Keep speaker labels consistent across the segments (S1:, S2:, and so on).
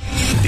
S1: The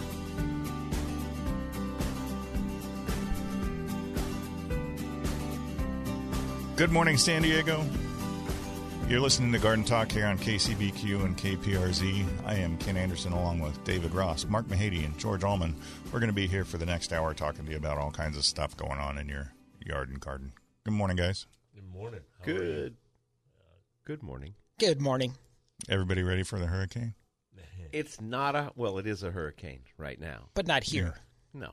S2: Good morning, San Diego. You're listening to Garden Talk here on KCBQ and KPRZ. I am Ken Anderson along with David Ross, Mark Mahady, and George Allman. We're going to be here for the next hour talking to you about all kinds of stuff going on in your yard and garden. Good morning, guys.
S3: Good morning.
S4: Oh,
S3: How are you?
S4: Good. Good morning.
S5: Good morning.
S2: Everybody ready for the hurricane?
S4: It's not a well. It is a hurricane right now.
S5: But not here.
S4: No,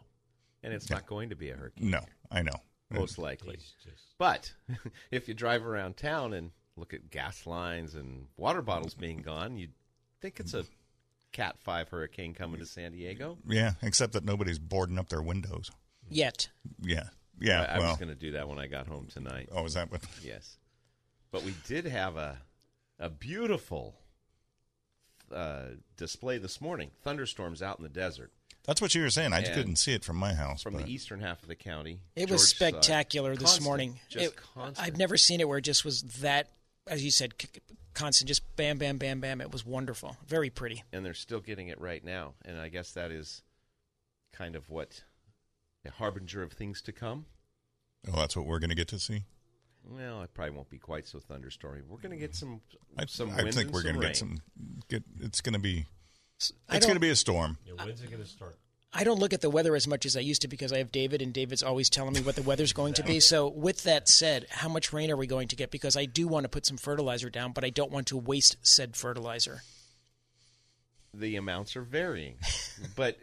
S4: and it's not going to be a hurricane
S2: No, I know.
S4: most likely.
S3: He's just-
S4: But if you drive around town and look at gas lines and water bottles being gone, you'd think it's a Cat Five hurricane coming to San Diego.
S2: Yeah, except that nobody's boarding up their windows.
S5: Yet.
S2: Yeah, yeah.
S4: I, I
S2: well,
S4: was going to do that when I got home tonight.
S2: oh, is that what?
S4: Yes, but we did have a a beautiful uh, display this morning. Thunderstorms out in the desert.
S2: That's what you were saying. I
S4: And
S2: couldn't see it from my house.
S4: from
S2: but
S4: the eastern half of the county.
S5: It
S4: George
S5: was
S4: side.
S5: spectacular this
S4: Constant,
S5: morning.
S4: Just
S5: It-
S4: constant.
S5: I've never seen it where it just was that, as you said, c- c- constant, just bam, bam, bam, bam. It was wonderful. Very pretty.
S4: and they're still getting it right now. And I guess that is kind of what a harbinger of things to come.
S2: oh, that's what we're going to get to see.
S4: Well, it probably won't be quite so thunderstormy. We're going to get some
S2: I,
S4: some
S2: I
S4: wind
S2: think
S4: and
S2: we're
S4: some
S2: gonna
S4: rain.
S2: get some. Get it's going to be.
S5: I
S2: It's going to
S5: don't-
S2: be a storm.
S3: Yeah, when's it going to start?
S5: I don't look at the weather as much as I used to because I have David, and David's always telling me what the weather's going to be. So, with that said, how much rain are we going to get? Because I do want to put some fertilizer down, but I don't want to waste said fertilizer.
S4: The amounts are varying, but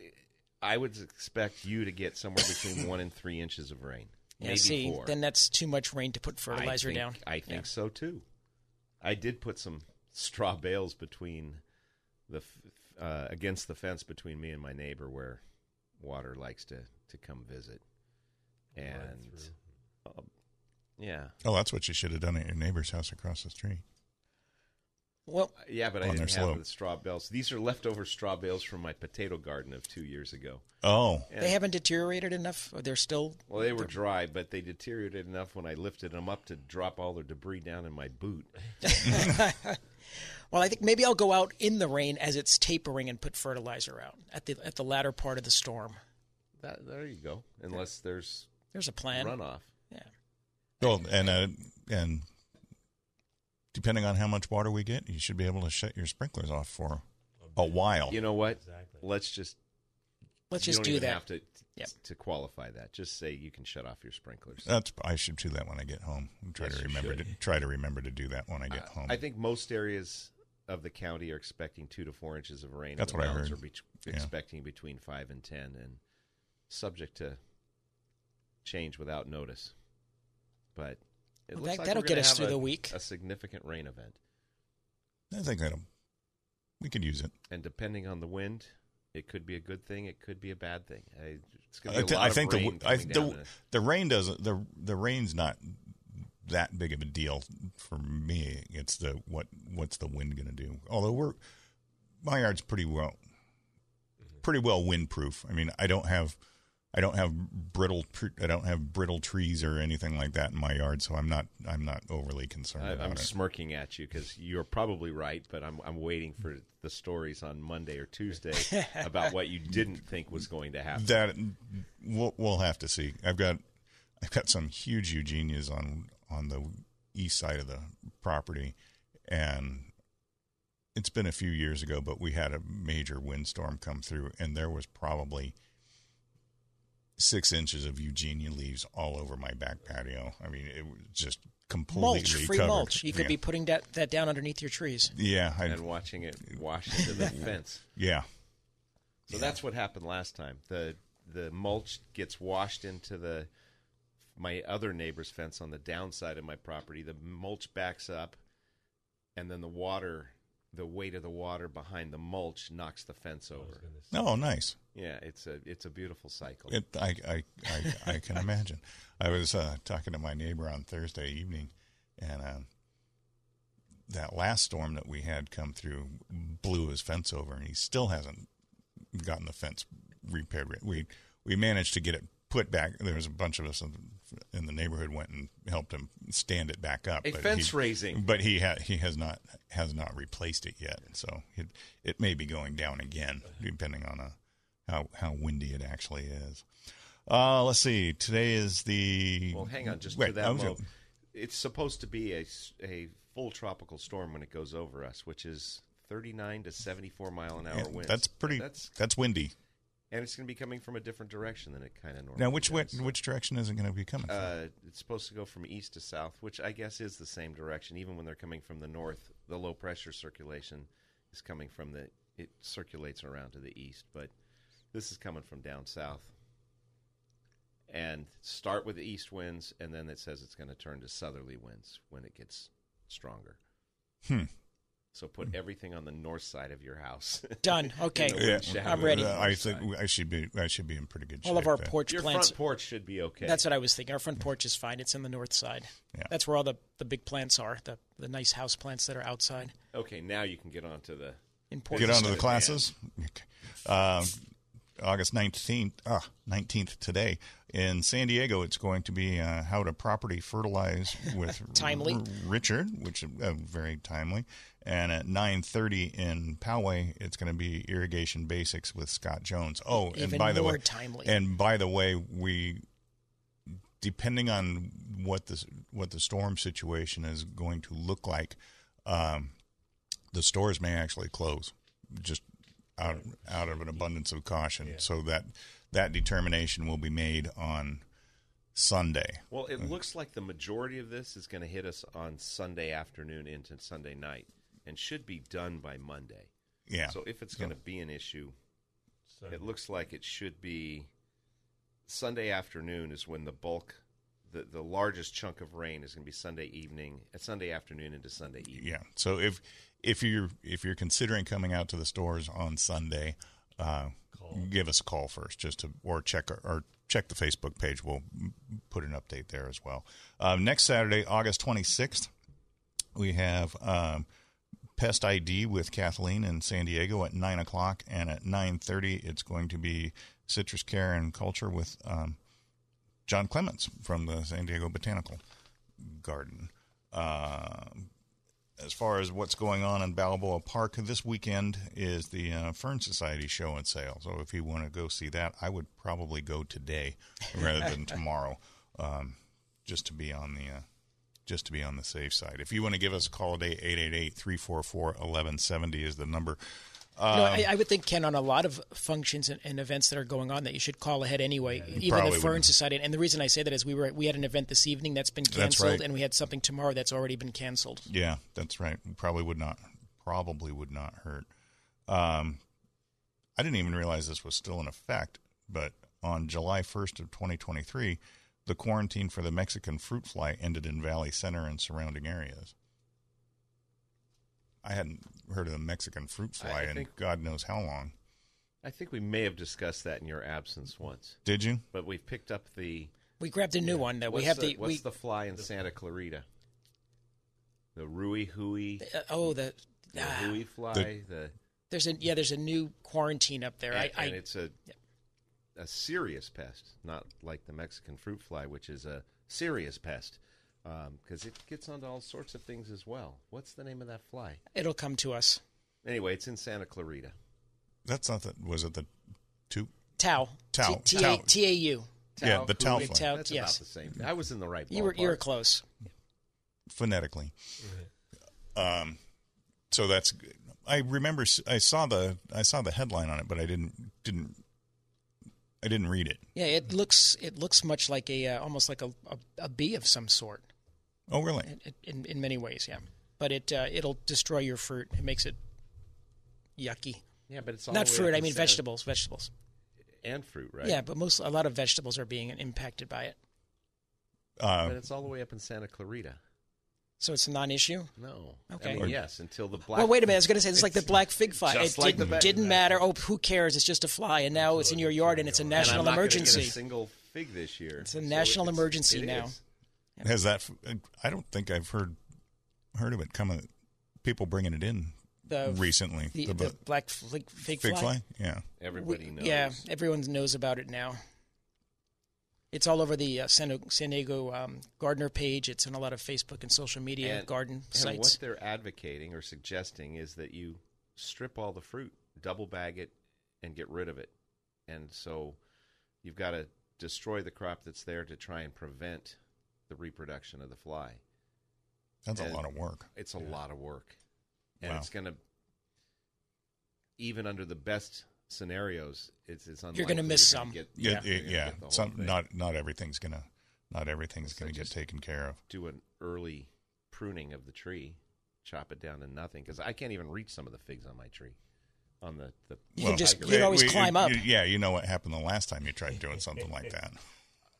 S4: I would expect you to get somewhere between one and three inches of rain,
S5: Yeah,
S4: maybe
S5: see,
S4: four.
S5: then that's too much rain to put fertilizer
S4: I think,
S5: down.
S4: I think so too. I did put some straw bales between the f- uh, against the fence between me and my neighbor where water likes to to come visit. And um, yeah,
S2: Oh, that's what you should have done at your neighbor's house across the street.
S5: Well,
S4: yeah, but
S2: On
S4: I
S2: their
S4: didn't
S2: slope.
S4: have the straw bales. These are leftover straw bales from my potato garden of two years ago.
S2: Oh,
S4: And-
S5: they haven't deteriorated enough. Or they're still
S4: Well, they were dry, but they deteriorated enough when I lifted them up to drop all the debris down in my boot.
S5: Well, I think maybe I'll go out in the rain as it's tapering and put fertilizer out at the at the latter part of the storm.
S4: That, there you go. Unless there's
S5: There's a plan.
S4: runoff.
S5: Yeah.
S2: Well, and uh, and depending on how much water we get, you should be able to shut your sprinklers off for a while.
S4: You know what?
S3: Exactly.
S4: Let's just
S5: Let's
S4: you
S5: just
S4: don't
S5: do
S4: even
S5: that.
S4: Have to
S5: Yep.
S4: to qualify that. Just say you can shut off your sprinklers.
S2: That's I should do that when I get home. and Try
S4: Yes,
S2: to
S4: you
S2: remember to
S4: should.
S2: try to remember to do that when I get
S4: I-
S2: home.
S4: I think most areas of the county are expecting two to four inches of rain. and
S2: That's
S4: the
S2: what I
S4: mountains
S2: heard.
S4: Are bet-
S2: Yeah.
S4: Expecting between five and ten, and subject to change without notice. But it
S5: Well,
S4: looks
S5: that-
S4: like
S5: that'll
S4: we're
S5: get
S4: gonna
S5: us
S4: have
S5: through
S4: a-
S5: the week.
S4: A significant rain event,
S2: I think that we could use it.
S4: and depending on the wind, it could be a good thing. It could be a bad thing. I, it's going
S2: I
S4: to be
S2: thi-
S4: a lot
S2: I think
S4: of
S2: the
S4: rain.
S2: w- I-
S4: coming
S2: the
S4: down in a-
S2: the rain doesn't the the rain's not that big of a deal for me. It's the what what's the wind going to do? Although we're my yard's pretty well pretty well windproof. I mean, I don't have I don't have brittle tr- I don't have brittle trees or anything like that in my yard, so I'm not I'm not overly concerned
S4: I,
S2: about
S4: I'm
S2: it.
S4: smirking at you because you're probably right, but I'm I'm waiting for the stories on Monday or Tuesday about what you didn't think was going to happen.
S2: that we'll, we'll have to see. I've got I've got some huge eugenias on on the east side of the property, and it's been a few years ago, but we had a major windstorm come through, and there was probably six inches of eugenia leaves all over my back patio. I mean, it was just completely
S5: mulch, free
S2: covered.
S5: mulch. You could
S2: yeah.
S5: be putting that, that down underneath your trees.
S2: yeah, I,
S4: and watching it wash into the fence.
S2: yeah,
S4: So that's what happened last time. The the mulch gets washed into the my other neighbor's fence on the downside of my property. The mulch backs up and then the water the weight of the water behind the mulch knocks the fence over.
S2: oh, nice.
S4: Yeah, it's a it's a beautiful cycle.
S2: It, I, I, I, I can imagine. I was uh, talking to my neighbor on Thursday evening, and um, that last storm that we had come through blew his fence over, and he still hasn't gotten the fence repaired. We we managed to get it put back. There was a bunch of us in, in the neighborhood went and helped him stand it back up.
S4: A
S2: but
S4: fence
S2: he-
S4: raising.
S2: but he ha- he has not has not replaced it yet. So it it may be going down again, depending on uh how how windy it actually is. Uh, let's see. Today is the
S4: Well, hang on just for
S2: Wait, I
S4: that
S2: was-
S4: moment. It's supposed to be a, s- a full tropical storm when it goes over us, which is 39 to 74 mile an hour
S2: yeah,
S4: winds.
S2: That's pretty.
S4: That's
S2: That's, windy.
S4: and it's going to be coming from a different direction than it kind of normally.
S2: Now, which way,
S4: does.
S2: which direction is it going to be coming? from?
S4: Uh, it's supposed to go from east to south, which I guess is the same direction. Even when they're coming from the north, the low pressure circulation is coming from the. It circulates around to the east, but this is coming from down south. And start with the east winds, and then it says it's going to turn to southerly winds when it gets stronger.
S2: Hmm.
S4: So put everything on the north side of your house.
S5: Done. Okay.
S4: In the wind shadow
S5: I'm ready.
S4: on the
S2: Uh, I
S4: north
S2: think
S4: side.
S2: I should be. I should be in pretty good shape.
S5: All of our
S2: there.
S5: porch
S4: your
S5: plants.
S4: front porch should be okay.
S5: That's what I was thinking. Our front porch is fine. It's in the north side.
S2: Yeah.
S5: That's where all the, the big plants are, the, the nice house plants that are outside.
S4: okay. Now you can get onto the
S5: In
S2: get
S5: Portland.
S2: on to the
S4: Yeah.
S2: classes. Okay. Uh, August 19th, ah, 19th today in San Diego, it's going to be uh, How to Property Fertilize with
S5: Timely.
S2: Richard, which is uh, very timely. And at 9.30 in Poway, it's going to be Irrigation Basics with Scott Jones. Oh, and
S5: Even
S2: by the
S5: more
S2: way,
S5: timely.
S2: and by the way, we depending on what the what the storm situation is going to look like, um, the stores may actually close just out out of an abundance of caution. So that that determination will be made on Sunday.
S4: Well, it looks like the majority of this is going to hit us on Sunday afternoon into Sunday night and should be done by Monday.
S2: Yeah.
S4: So if it's going to be an issue, it looks like it should be Sunday afternoon is when the bulk the, the largest chunk of rain is going to be Sunday evening, uh, Sunday afternoon into Sunday evening.
S2: yeah. So if if you're if you're considering coming out to the stores on Sunday, uh, give us a call first, just to or check our, or check the Facebook page. We'll m- put an update there as well. Um, next Saturday, August 26th, we have um, Pest ID with Kathleen in San Diego at nine o'clock, and at nine thirty, it's going to be Citrus Care and Culture with um, John Clements from the San Diego Botanical Garden. Uh, as far as what's going on in Balboa Park this weekend is the uh, Fern Society show and sale. So if you want to go see that, I would probably go today rather than tomorrow, um, just to be on the uh, just to be on the safe side. If you want to give us a call today, 888-344-1170 is the number.
S5: No,
S4: Um,
S5: I, I would think, Ken, on a lot of functions and, and events that are going on, that you should call ahead anyway. even the
S2: probably
S5: Fern
S2: would.
S5: Society, and the reason I say that is we were we had an event this evening that's been
S2: That's
S5: canceled,
S2: right.
S5: and we had something tomorrow that's already been canceled.
S2: Yeah, that's right. Probably would not. Probably would not hurt. Um, I didn't even realize this was still in effect, but on July 1st of 2023, the quarantine for the Mexican fruit fly ended in Valley Center and surrounding areas. I hadn't heard of the Mexican fruit
S4: I- I
S2: fly in
S4: think-
S2: God knows how long.
S4: I think we may have discussed that in your absence once,
S2: Did you?
S4: but we've picked up the
S5: We grabbed a new one that we
S4: what's
S5: have
S4: the,
S5: the,
S4: what's
S5: we,
S4: the fly in Santa Clarita? The Rui Hui.
S5: uh, oh the.
S4: the
S5: ah,
S4: Hui fly, the,
S5: there's a yeah, there's a new quarantine up there.
S4: and,
S5: I, I
S4: and it's a a serious pest, not like the Mexican fruit fly, which is a serious pest because it gets onto all sorts of things as well. What's the name of that fly?
S5: It'll come to us.
S4: Anyway, it's in Santa Clarita.
S2: That's not the. Was it the two?
S5: Tau.
S2: Tau.
S5: T- T- A-
S2: Tau.
S5: T A U.
S2: Yeah, the tau
S4: Cooley.
S2: fly.
S5: Tau,
S4: That's
S5: yes.
S4: about the same. I was in the right.
S5: You were you were
S4: ballpark.
S5: close.
S2: phonetically. Um, so that's. I remember s- I saw the I saw the headline on it, but I didn't didn't I didn't read it.
S5: Yeah, it looks it looks much like a uh, almost like a, a a bee of some sort
S2: Oh, really?
S5: in- in in many ways. Yeah, but it uh, it'll destroy your fruit. It makes it yucky.
S4: Yeah, but it's all
S5: Not
S4: the way
S5: fruit.
S4: up
S5: I
S4: in
S5: mean
S4: Santa-
S5: vegetables. Vegetables.
S4: and fruit, right?
S5: Yeah, but most a lot of vegetables are being impacted by it.
S2: Uh,
S4: but it's all the way up in Santa Clarita.
S5: So it's a non-issue.
S4: No.
S5: Okay.
S4: I mean, yes, until the black.
S5: well, wait a minute. I was going to say it's like the black fig fly.
S4: just
S5: It
S4: like
S5: did,
S4: the ba-
S5: didn't matter. Oh, who cares? It's just a fly, and now it's in your yard, and it's a
S4: And I'm
S5: national
S4: not gonna get
S5: emergency.
S4: a single fig this year.
S5: It's a national emergency
S4: it
S5: now.
S4: is.
S2: Has that? I don't think I've heard heard of it coming. People bringing it in
S5: the,
S2: recently.
S5: the,
S2: the
S5: the
S2: bu-
S5: black fig, fig,
S2: fig
S5: fly.
S2: fly. Yeah.
S4: Everybody
S5: We-
S4: knows.
S5: Yeah, everyone knows about it now. It's all over the uh, San, San Diego um, gardener page. It's in a lot of Facebook and social media garden
S4: and
S5: sites.
S4: what they're advocating or suggesting is that you strip all the fruit, double bag it, and get rid of it. And so you've got to destroy the crop that's there to try and prevent the reproduction of the fly.
S2: That's
S4: And-
S2: a lot of work.
S4: It's a lot of work. And
S2: Wow.
S4: it's going to, even under the best scenarios, it's, it's unlikely
S5: You're gonna miss
S4: you're
S5: some.
S4: gonna get-
S2: Yeah,
S4: you're
S2: yeah.
S4: gonna
S2: yeah.
S4: get the whole
S2: Some,
S4: thing.
S2: not not everything's gonna not everything's
S4: So
S2: gonna get
S4: just-
S2: taken care of.
S4: do an early pruning of the tree, chop it down to nothing because I can't even reach some of the figs on my tree. On the, the
S5: You can just-
S2: I-
S5: you can always
S2: we-
S5: climb up.
S2: you- yeah, you know what happened the last time you tried doing something like that.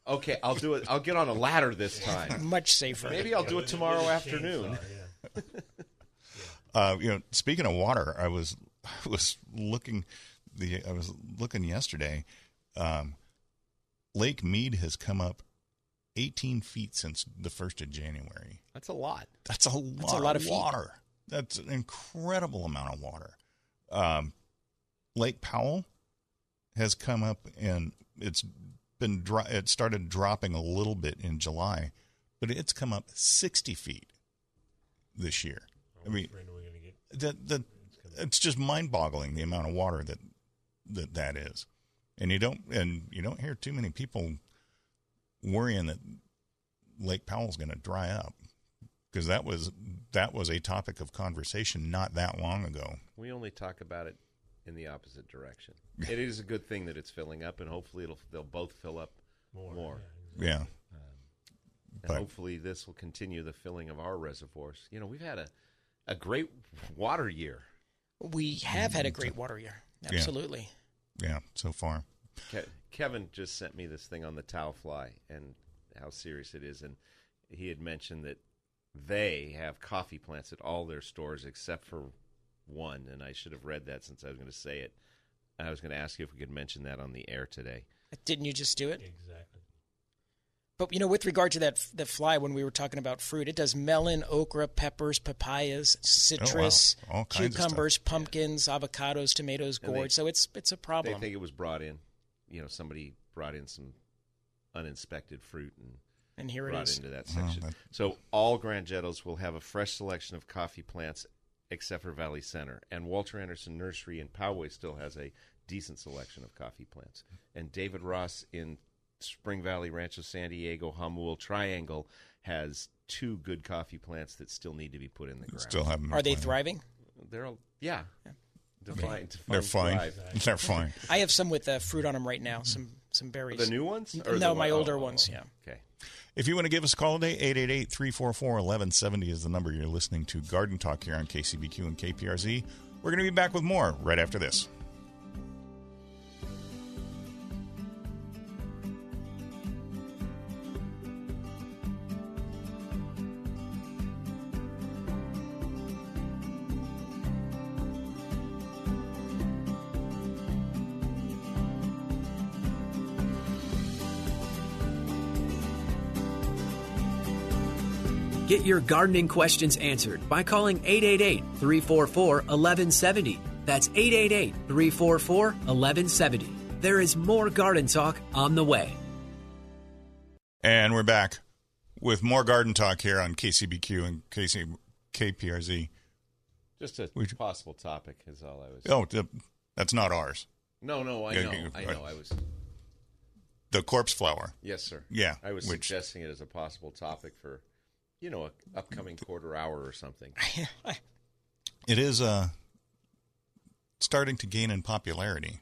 S4: okay, I'll do it. I'll get on a ladder this time.
S5: Much safer.
S4: Maybe I'll do it tomorrow afternoon.
S2: Uh, you know, speaking of water, I was I was looking the I was looking yesterday. Um, Lake Mead has come up 18 feet since the first of January.
S4: That's a lot.
S2: That's a lot,
S5: a lot
S2: of,
S5: of feet.
S2: water. That's an incredible amount of water. Um, Lake Powell has come up and it's been dry, it started dropping a little bit in July, but it's come up 60 feet this year. I mean, that that it's just mind-boggling the amount of water that that that is, and you don't and you don't hear too many people worrying that Lake Powell's going to dry up because that was that was a topic of conversation not that long ago.
S4: We only talk about it in the opposite direction. It is a good thing that it's filling up, and hopefully it'll they'll both fill up more.
S2: Yeah,
S4: Um, And
S2: But-
S4: hopefully this will continue the filling of our reservoirs. You know, we've had a a great water year.
S5: We have had a great water year.
S2: Mm-hmm. Yeah.
S5: Absolutely.
S2: yeah. So far,
S4: Ke- Kevin just sent me this thing on the towel fly and how serious it is, and he had mentioned that they have coffee plants at all their stores except for one, and I should have read that since I was going to say it. I was going to ask you if we could mention that on the air today.
S5: Didn't you just do it? Exactly. But you know, with regard to that the fly, when we were talking about fruit, it does melon, okra, peppers, papayas, citrus,
S2: Oh, All kinds of stuff.
S5: cucumbers, pumpkins, avocados, tomatoes,
S4: And they-
S5: gourds. So it's it's a
S4: They
S5: problem.
S4: think it was brought in. You know, somebody brought in some uninspected fruit and
S5: and here it
S4: brought
S5: is.
S4: into that
S2: Oh,
S4: section.
S2: that-
S4: So all Grand Jettos will have a fresh selection of coffee plants except for Valley Center. And Walter Anderson Nursery in Poway still has a decent selection of coffee plants. And David Ross in Spring Valley Rancho San Diego Hamuel Triangle has two good coffee plants that still need to be put in the ground.
S2: still haven't. been
S5: Are they
S2: planted.
S5: thriving?
S4: They're all, yeah. Define,
S2: They're
S4: define
S2: fine.
S4: thrive.
S2: They're fine.
S5: I have some with uh, fruit on them right now. Some some berries.
S4: The new ones?
S5: N-
S4: Or
S5: no,
S4: the
S5: my
S4: one-
S5: older
S4: oh, oh,
S5: ones,
S4: oh.
S5: yeah.
S4: Okay.
S2: If you want to give us a call today, 888 344 1170 is the number you're listening to Garden Talk here on KCBQ and KPRZ. We're going to be back with more right after this.
S6: Get your gardening questions answered by calling 888 344 1170. That's 888 344 1170. There is more garden talk on the way.
S2: And we're back with more garden talk here on KCBQ and KC, KPRZ.
S4: Just a
S2: Would you-
S4: possible topic is all I was.
S2: Oh, th- that's not ours.
S4: No, no, I
S2: Yeah,
S4: know,
S2: yeah,
S4: I
S2: right.
S4: know. I was.
S2: The corpse flower.
S4: Yes, sir.
S2: Yeah,
S4: I was
S2: which-
S4: suggesting it as a possible topic for, you know, a upcoming quarter hour or something.
S2: It is uh, starting to gain in popularity.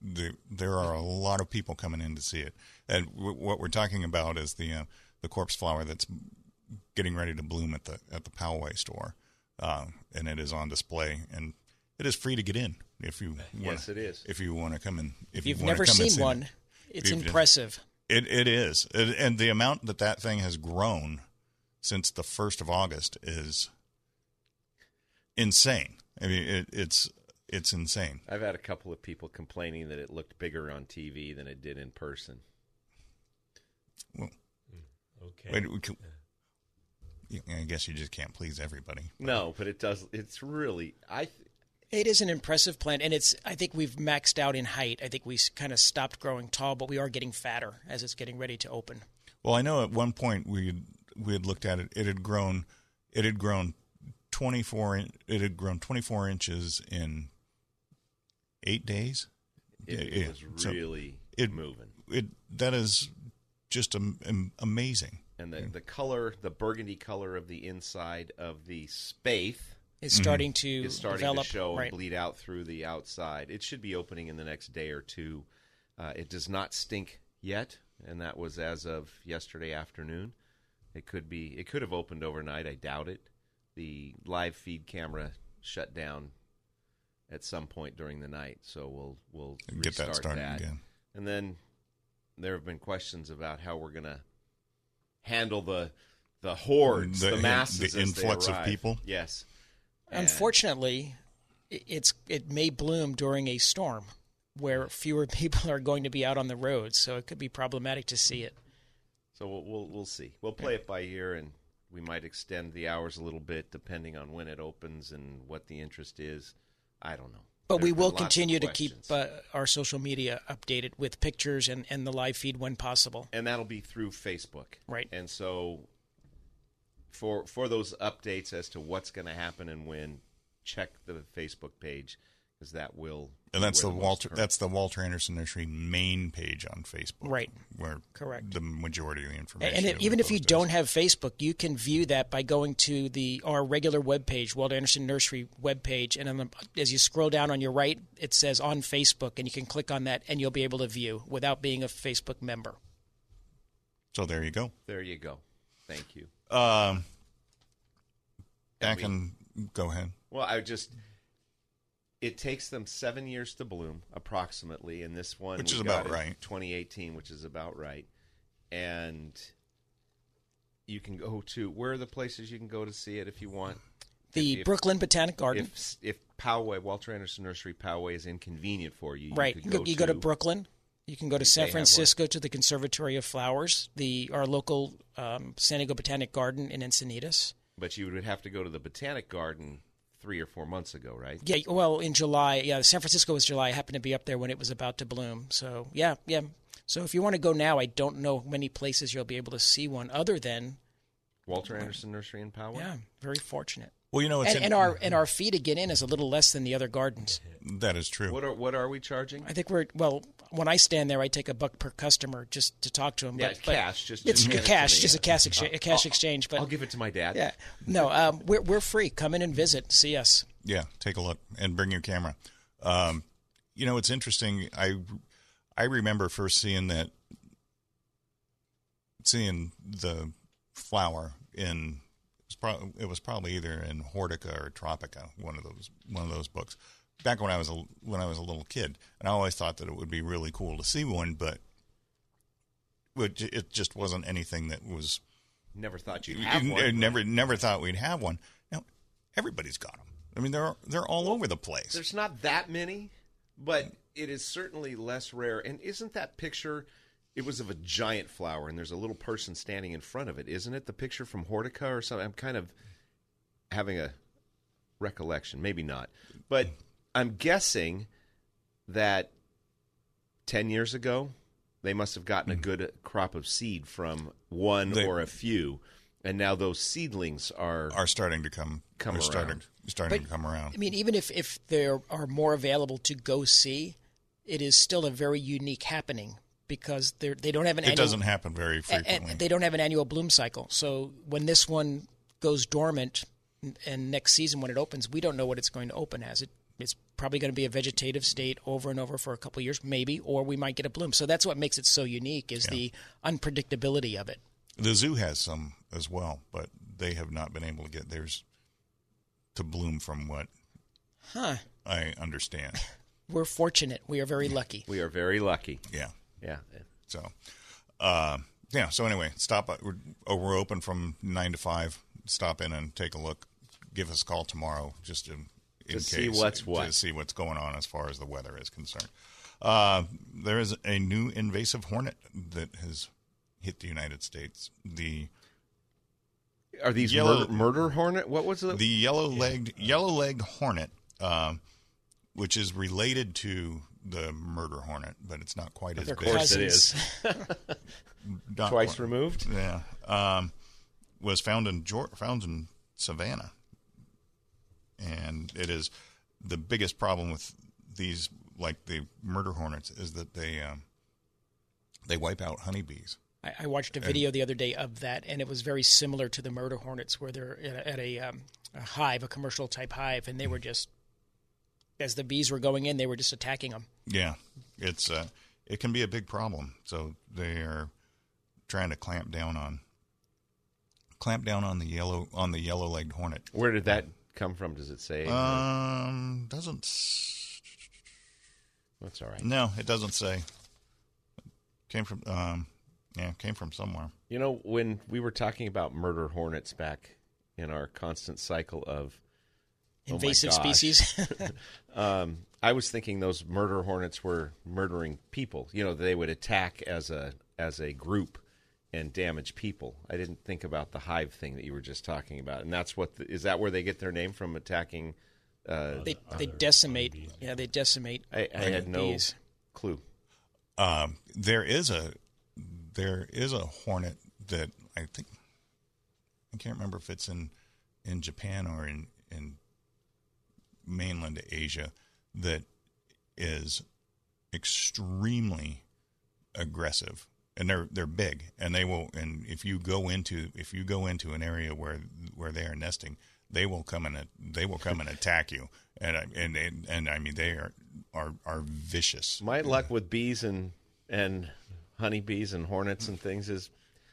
S2: The, there are a lot of people coming in to see it, and w- what we're talking about is the uh, the corpse flower that's getting ready to bloom at the at the Poway store, uh, and it is on display, and it is free to get in if you wanna,
S4: Yes, it is.
S2: if you want to come in if
S5: If you've
S2: you wanna
S5: never
S2: come and
S5: seen
S2: see it.
S5: one, it's
S2: You've-
S5: impressive.
S2: It it is, it, and the amount that that thing has grown since the first of August is insane. I mean, it, it's it's insane.
S4: I've had a couple of people complaining that it looked bigger on TV than it did in person.
S2: Well,
S3: Okay.
S2: wait, we can- yeah, I guess you just can't please everybody.
S4: No, but it does. It's really. I. th-
S5: It is an impressive plant, and it's. I think we've maxed out in height. I think we kind of stopped growing tall, but we are getting fatter as it's getting ready to open.
S2: Well, I know at one point we had- we had looked at it. It had grown, it had grown twenty four. It had grown twenty four inches in eight days.
S4: It,
S2: Yeah, yeah.
S4: was
S2: So
S4: really
S2: it-
S4: moving,
S2: It that is just am, am- amazing.
S4: and the the color, the burgundy color of the inside of the spathe
S5: It's
S2: Mm-hmm.
S5: starting to
S4: is starting
S5: develop.
S4: to show
S5: right.
S4: and bleed out through the outside. It should be opening in the next day or two. Uh, it does not stink yet, and that was as of yesterday afternoon. It could be. It could have opened overnight. I doubt it. The live feed camera shut down at some point during the night, so we'll we'll
S2: Get that
S4: restart
S2: started
S4: that.
S2: again.
S4: And then there have been questions about how we're going to handle the the hordes,
S2: The-
S4: the, masses,
S2: the
S4: as they
S2: influx of
S4: arrive.
S2: people?
S4: Yes. And-
S5: Unfortunately, i- it's it may bloom during a storm where fewer people are going to be out on the roads, so it could be problematic to see it.
S4: So we'll, we'll we'll see. We'll play it by ear, and we might extend the hours a little bit depending on when it opens and what the interest is. I don't know.
S5: But we
S4: There's been
S5: will
S4: lots of
S5: continue to keep
S4: questions.
S5: uh, our social media updated with pictures and, and the live feed when possible.
S4: and that'll be through Facebook,
S5: Right.
S4: And so for for those updates as to what's going to happen and when, check the Facebook page because that will.
S2: And that's the
S4: where most
S2: Walter.
S4: current-
S2: That's the Walter Anderson Nursery main page on Facebook,
S5: Right.
S2: Where
S5: Correct.
S2: the majority of the
S5: And,
S2: information.
S5: and
S2: that
S5: if,
S2: we
S5: even if you
S2: post is.
S5: don't have Facebook, you can view that by going to the our regular webpage, Walt Anderson Nursery webpage, and on the, as you scroll down on your right, it says on Facebook, and you can click on that, and you'll be able to view without being a Facebook member.
S2: so there you go.
S4: there you go. Thank you.
S2: Um,
S4: And
S2: back and go ahead.
S4: Well, I just it takes them seven years to bloom, approximately, and this one
S2: Which
S4: we
S2: is
S4: got
S2: about
S4: in
S2: right.
S4: 2018, which is about right. And you can go to where are the places you can go to see it if you want.
S5: The
S4: If- if-
S5: Brooklyn Botanic Garden,
S4: If if Poway Walter Anderson Nursery Poway is inconvenient for you,
S5: right?
S4: You,
S5: You
S4: could
S5: go,
S4: go,
S5: you go to Brooklyn. You can go to San
S4: have one.
S5: Francisco to the Conservatory of Flowers, the our local um, San Diego Botanic Garden in Encinitas.
S4: but you would have to go to the Botanic Garden three or four months ago, right?
S5: Yeah, well, in July, yeah, San Francisco was July. I happened to be up there when it was about to bloom. So yeah, yeah. So if you want to go now, I don't know many places you'll be able to see one other than
S4: Walter Anderson Nursery in Poway.
S5: yeah, very fortunate.
S2: Well,
S4: Oh,
S2: you know, it's
S5: And,
S2: in-
S5: and our
S4: Mm-hmm.
S5: and our fee to get in is a little less than the other gardens.
S2: that is true.
S4: What are what are we charging?
S5: I think we're well. When I stand there, I take a buck per customer just to talk to them.
S4: Yeah,
S5: but, but
S4: cash, just-
S5: it's
S4: just hand it to
S5: cash,
S4: me.
S5: just a cash exchange. A cash exchange, but
S4: I'll give it to my dad.
S5: yeah, no, um, we're we're free. Come in and visit, see us.
S2: Yeah, take a look and bring your camera. Um, you know, it's interesting. I I remember first seeing that seeing the flower in it was, prob- it was probably either in Hortica or Tropica, one of those one of those books. Back when I was a, when I was a little kid, and I always thought that it would be really cool to see one, but but j- it just wasn't anything that was
S4: Never thought you'd
S2: you-
S4: have
S2: you
S4: one.
S2: n- Never, never thought we'd have one. Now everybody's got them. I mean, they're they're all over the place.
S4: There's not that many, but it is certainly less rare. And isn't that picture? It was of a giant flower, and there's a little person standing in front of it, isn't it? The picture from Hortica or something. I'm kind of having a recollection, maybe not, but I'm guessing that 10 years ago, they must have gotten a good crop of seed from one
S2: They-
S4: or a few. And now those seedlings are.
S2: Are starting to come
S4: Come
S2: are starting
S4: around.
S2: starting to
S5: But-
S2: come around.
S5: I mean, even if, if there are more available to go see, it is still a very unique happening because they're, they don't have an
S2: It
S5: annual,
S2: doesn't happen very
S5: a- a-
S2: frequently.
S5: they don't have an annual bloom cycle. So when this one goes dormant n- and next season when it opens, we don't know what it's going to open as. It it's probably going to be a vegetative state over and over for a couple of years maybe or we might get a bloom. So that's what makes it so unique is the unpredictability of it.
S2: the zoo has some as well, but they have not been able to get theirs to bloom from what
S5: Huh.
S2: I understand.
S5: We're fortunate. We are very lucky.
S4: We are very lucky.
S2: Yeah.
S4: Yeah.
S2: So, uh, yeah. So anyway, stop. We're, oh, we're open from nine to five. Stop in and take a look. Give us a call tomorrow just to, in
S4: To
S2: case,
S4: see what's
S2: to
S4: what.
S2: see what's going on as far as the weather is concerned. Uh, there is a new invasive hornet that has hit the United States. The
S4: Are these
S2: Yellow-
S4: murder, murder hornet? What was
S2: the yellow-legged yellow-legged hornet, uh, which is related to the murder hornet, but it's not quite as
S5: They're
S2: big.
S4: Of course it is.
S2: Not
S4: Twice
S2: quite-
S4: removed?
S2: Yeah, um, was found in Geor- found in Savannah, and it is the biggest problem with these, like the murder hornets, is that they um, they wipe out honeybees.
S5: I, I watched a video the other day of that, and it was very similar to the murder hornets, where they're at a, at a, um, a hive, a commercial type hive, and they
S4: Hmm.
S5: were just as the bees were going in, they were just attacking them.
S2: Yeah, it's uh, it can be a big problem. So they are trying to clamp down on clamp down on the yellow on the yellow legged hornet.
S4: Where did that come from? Does it say?
S2: Um, doesn't s-
S4: That's all right.
S2: No, it doesn't say. Came from um, yeah, came from somewhere.
S4: You know, when we were talking about murder hornets back in our constant cycle of Oh my
S5: Invasive
S4: gosh.
S5: species.
S4: um, I was thinking those murder hornets were murdering people. You know, they would attack as a as a group and damage people. I didn't think about the hive thing that you were just talking about, and that's what the, is that where they get their name from? Attacking? Uh,
S5: they they decimate. Yeah, they decimate.
S4: I, I had no
S5: bees.
S4: clue.
S2: Um, there is a there is a hornet that I think I can't remember if it's in in Japan or in in mainland Asia that is extremely aggressive and they're they're big and they will and if you go into if you go into an area where where they are nesting they will come and they will come and attack you and I- and and, and I mean they are are are vicious
S4: My luck with bees and and honeybees and hornets and things is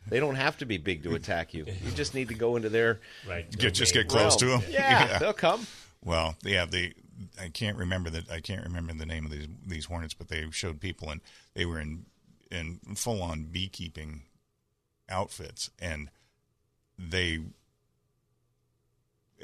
S4: they don't have to be big to attack you. You just need to go into their
S3: Right.
S2: Get- just get
S3: domain.
S2: close to
S4: realm.
S2: them.
S4: Yeah, they'll come.
S2: Well, yeah, the I can't remember that I can't remember the name of these these hornets, but they showed people and they were in in full on beekeeping outfits and they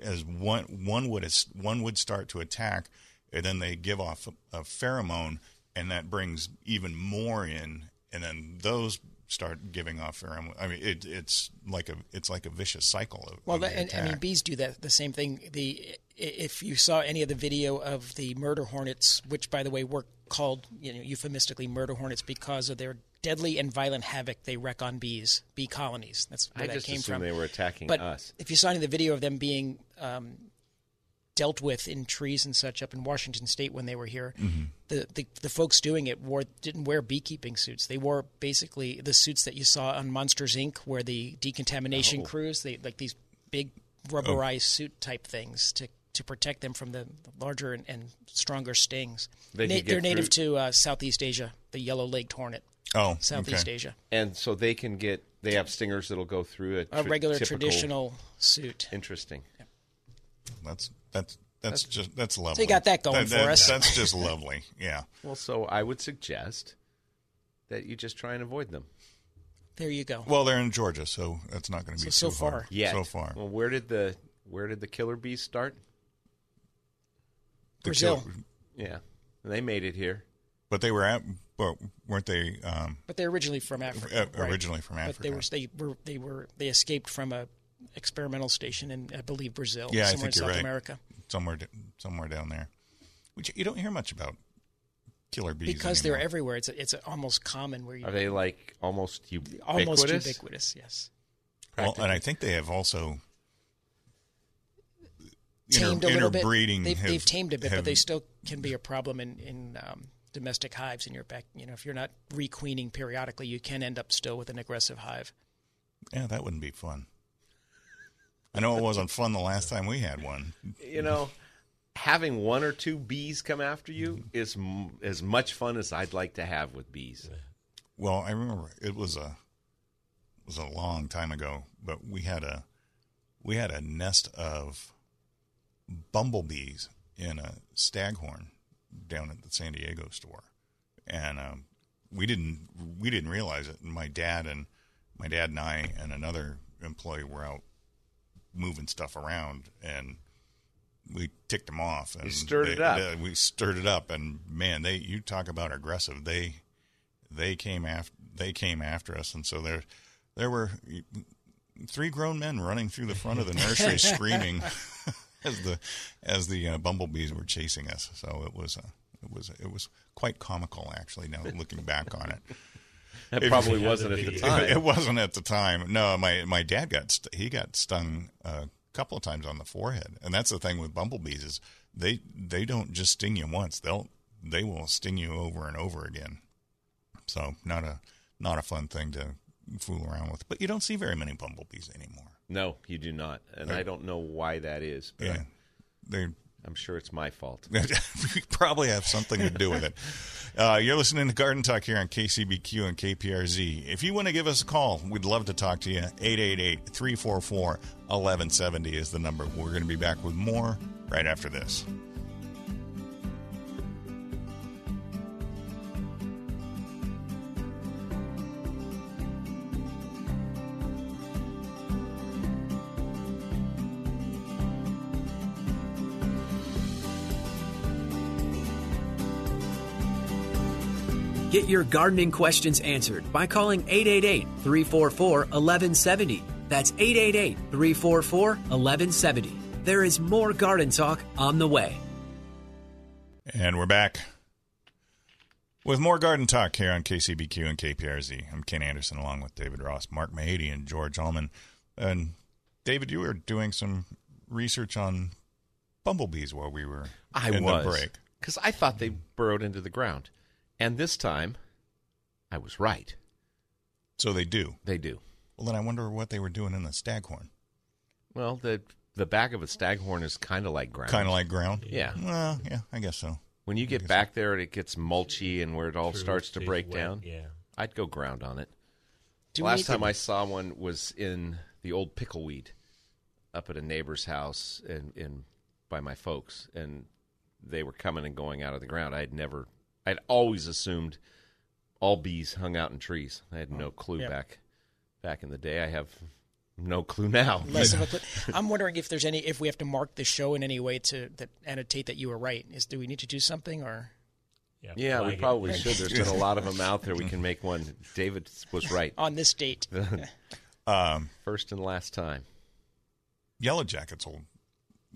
S2: as one one would as- one would start to attack and then they give off a, pheromone and that brings even more in and then those start giving off pheromone I mean it it's like a it's like a vicious cycle of
S5: Well,
S2: of the
S5: that, and, I mean,
S2: attack.
S5: bees do that the same thing. The i- if you saw any of the video of the murder hornets, which by the way were called you know euphemistically murder hornets because of their deadly and violent havoc they wreak on bees, bee colonies. That's where
S4: I
S5: that
S4: just
S5: came
S4: assumed
S5: from.
S4: they were attacking
S5: but
S4: us.
S5: if you saw any of the video of them being um, dealt with in trees and such up in Washington State when they were here,
S4: Mm-hmm.
S5: the, the the folks doing it wore didn't wear beekeeping suits. They wore basically the suits that you saw on Monsters Inc., where the
S4: Oh.
S5: decontamination crews they like these big rubberized suit type things to. To protect them from the larger and, and stronger stings,
S4: They could get
S5: are native
S4: through-
S5: to uh, Southeast Asia, the yellow-legged hornet,
S2: oh
S5: Southeast
S2: okay.
S5: Asia.
S4: And so they can get they have stingers that'll go through a,
S5: A
S4: tr-
S5: regular
S4: typical-
S5: traditional suit.
S4: Interesting.
S2: That's that's that's just that's lovely.
S5: They got that going for us.
S2: That's just lovely. Yeah.
S4: Well, so I would suggest that you just try and avoid them.
S5: There you go.
S2: Well, they're in Georgia, so that's not going to be
S5: Oh. So- so
S2: too
S5: far.
S2: hard.
S4: Yeah.
S2: So far,
S4: Well, where did the where did the killer bees start?
S2: The
S5: Brazil.
S2: kill-
S4: Yeah, they made it here.
S2: but they were at, but weren't they? Um,
S5: But they're originally from Africa.
S2: Uh, originally from
S5: But they were
S2: Africa.
S5: they were they were they escaped from a experimental station in I believe Brazil,
S2: Yeah, I
S5: somewhere
S2: think you're
S5: in South
S2: right.
S5: America.
S2: somewhere, d- somewhere down there, which you don't hear much about killer bees
S5: because they're
S2: anymore.
S5: everywhere. It's it's almost common where you
S4: Are they like almost ubiquitous?
S5: almost ubiquitous. Yes,
S2: Well, and I think they have also
S5: tamed a little bit.
S2: interbreeding
S5: They've,
S2: have-
S5: they've tamed a bit,
S2: have-
S5: but they still can be a problem in in um, domestic hives. In your back, you know, if you're not requeening periodically, you can end up still with an aggressive hive.
S2: Yeah, that wouldn't be fun. I know it wasn't fun the last time we had one.
S4: You know, having one or two bees come after you is m- as much fun as I'd like to have with bees.
S2: Well, I remember it was a it was a long time ago, but we had a we had a nest of bumblebees in a staghorn down at the San Diego store, and um, we didn't we didn't realize it. And my dad and my dad and I and another employee were out moving stuff around, and we ticked them off. And
S4: stirred
S2: they-
S4: it up.
S2: they- we stirred it up, and man, they you talk about aggressive. They they came after they came after us, and so there there were three grown men running through the front of the nursery screaming as the as the uh, bumblebees were chasing us. So it was uh, it was it was quite comical actually. Now looking back on it,
S4: That
S2: If-
S4: probably wasn't at the time.
S2: it wasn't at the time. No, my my dad got st- he got stung uh, a couple of times on the forehead, and that's the thing with bumblebees is they they don't just sting you once. They'll they will sting you over and over again. So not a not a fun thing to fool around with. But you don't see very many bumblebees anymore.
S4: No, you do not, and I don't know why that is, but
S2: Yeah,
S4: I'm,
S2: they
S4: I'm sure it's my fault.
S2: we probably have something to do with it. Uh, you're listening to Garden Talk here on KCBQ and KPRZ. If you want to give us a call, we'd love to talk to you. 888 344 1170 is the number. We're going to be back with more right after this.
S6: Get your gardening questions answered by calling 888 344 1170. That's 888 344 1170. There is more garden talk on the way.
S2: And we're back with more garden talk here on KCBQ and KPRZ. I'm Ken Anderson along with David Ross, Mark Mahady, and George Allman. And David, you were doing some research on bumblebees while we were
S4: I
S2: in
S4: was
S2: the break.
S4: because I thought they burrowed into the ground, and this time, I was right.
S2: So they do.
S4: They do.
S2: Well, then I wonder what they were doing in the staghorn.
S4: Well, the the back of a staghorn is kind of like ground.
S2: Kind of like ground.
S4: Yeah.
S2: Well, yeah, I guess so.
S4: When you get back there and it gets mulchy and where it all
S3: True,
S4: starts to
S3: stays
S4: break
S3: wet,
S4: down,
S3: Yeah.
S4: I'd go ground on it.
S5: Do we need
S4: Last
S5: to-
S4: time I saw one was in the old pickleweed up at a neighbor's house and in by my folks and they were coming and going out of the ground. I'd never I'd always assumed all bees hung out in trees. I had no clue
S5: Yeah.
S4: back back in the day. I have no clue now.
S5: Less of a cl- I'm wondering if there's any if we have to mark the show in any way to that annotate that you were right. Is do we need to do something or
S3: Yeah,
S4: Yeah, we
S3: flag it.
S4: probably should. There's been a lot of them out there. We can make one. David was right.
S5: on this date? uh,
S2: Um,
S4: First and last time.
S2: yellow jackets will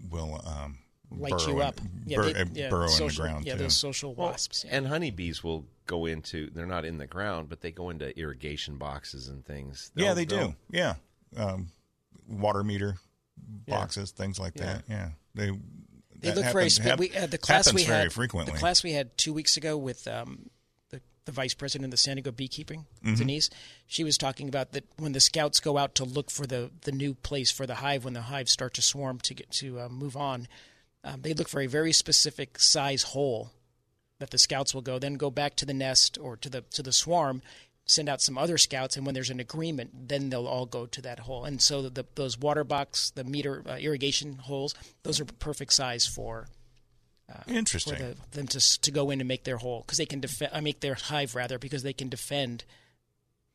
S2: will um,
S5: Light
S2: burrow in-
S5: you up. Yeah,
S2: bur-
S5: they-
S2: uh,
S5: yeah,
S2: burrow in the
S5: social-
S2: ground
S5: Yeah,
S2: too.
S5: those social wasps. yeah.
S4: And honeybees will go into, they're not in the ground, but they go into irrigation boxes and things.
S2: yeah,
S4: They'll-
S2: they
S4: they'll-
S2: do. Yeah, um, water meter
S4: Yeah.
S2: boxes, things like
S4: Yeah.
S2: that. Yeah, they
S5: they
S2: that
S5: look very.
S2: happens-
S5: Spe-
S2: hap-
S5: we, uh, the class
S2: happens
S5: we had
S2: very frequently.
S5: The class we had two weeks ago with um, the the vice president of the San Diego Beekeeping,
S2: Mm-hmm.
S5: Denise. She was talking about that when the scouts go out to look for the the new place for the hive when the hives start to swarm to get to uh, move on. Um, they look for a very specific size hole that the scouts will go, then go back to the nest or to the to the swarm, send out some other scouts, and when there's an agreement, then they'll all go to that hole. And so the, those water box, the meter uh, irrigation holes, those are perfect size for uh, for
S2: Interesting.
S5: the, them to s- to go in and make their hole because they can defend, uh, make their hive rather because they can defend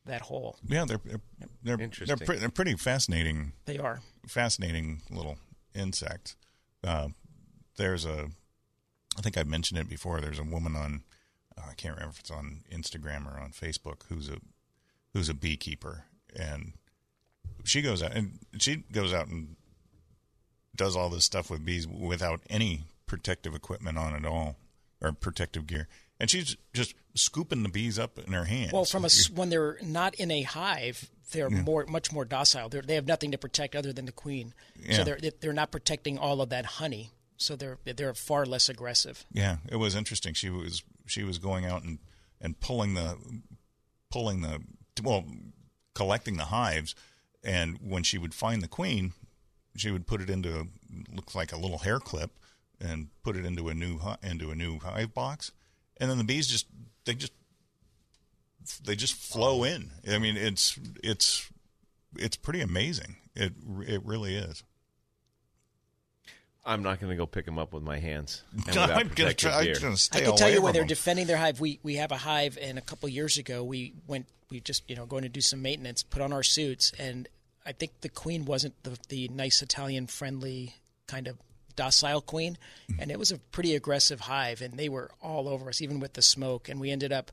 S5: that hole.
S2: yeah, they're they're they're,
S4: Interesting.
S2: pre- they're pretty fascinating
S5: They are.
S2: fascinating little insect. Uh, there's a, I think I mentioned it before. There's a woman on, uh, I can't remember if it's on Instagram or on Facebook who's a, who's a beekeeper, and she goes out and she goes out and does all this stuff with bees without any protective equipment on at all or protective gear, And she's just scooping the bees up in her hands.
S5: Well, from a
S2: Mm-hmm.
S5: s when they're not in a hive, they're more much more docile. They're, they have nothing to protect other than the queen,
S2: Yeah.
S5: so they're they're not protecting all of that honey. So they're they're far less aggressive.
S2: Yeah, it was interesting. She was she was going out and and pulling the pulling the well collecting the hives, and when she would find the queen, she would put it into a, looks like a little hair clip and put it into a new hi- into a new hive box, and then the bees just they just they just flow in. I mean, it's it's it's pretty amazing. It it really is.
S4: I'm not going to go pick them up with my hands. and without
S2: I'm gonna
S4: protective
S2: try. I'm
S4: gear.
S2: gonna stay
S5: I can
S2: away
S5: tell you
S2: from
S5: when they're
S2: them.
S5: defending their hive. We we have a hive, and a couple years ago we went we just you know going to do some maintenance, put on our suits, and I think the queen wasn't the the nice Italian friendly kind of docile queen,
S2: Mm-hmm.
S5: and it was a pretty aggressive hive, and they were all over us, even with the smoke, and we ended up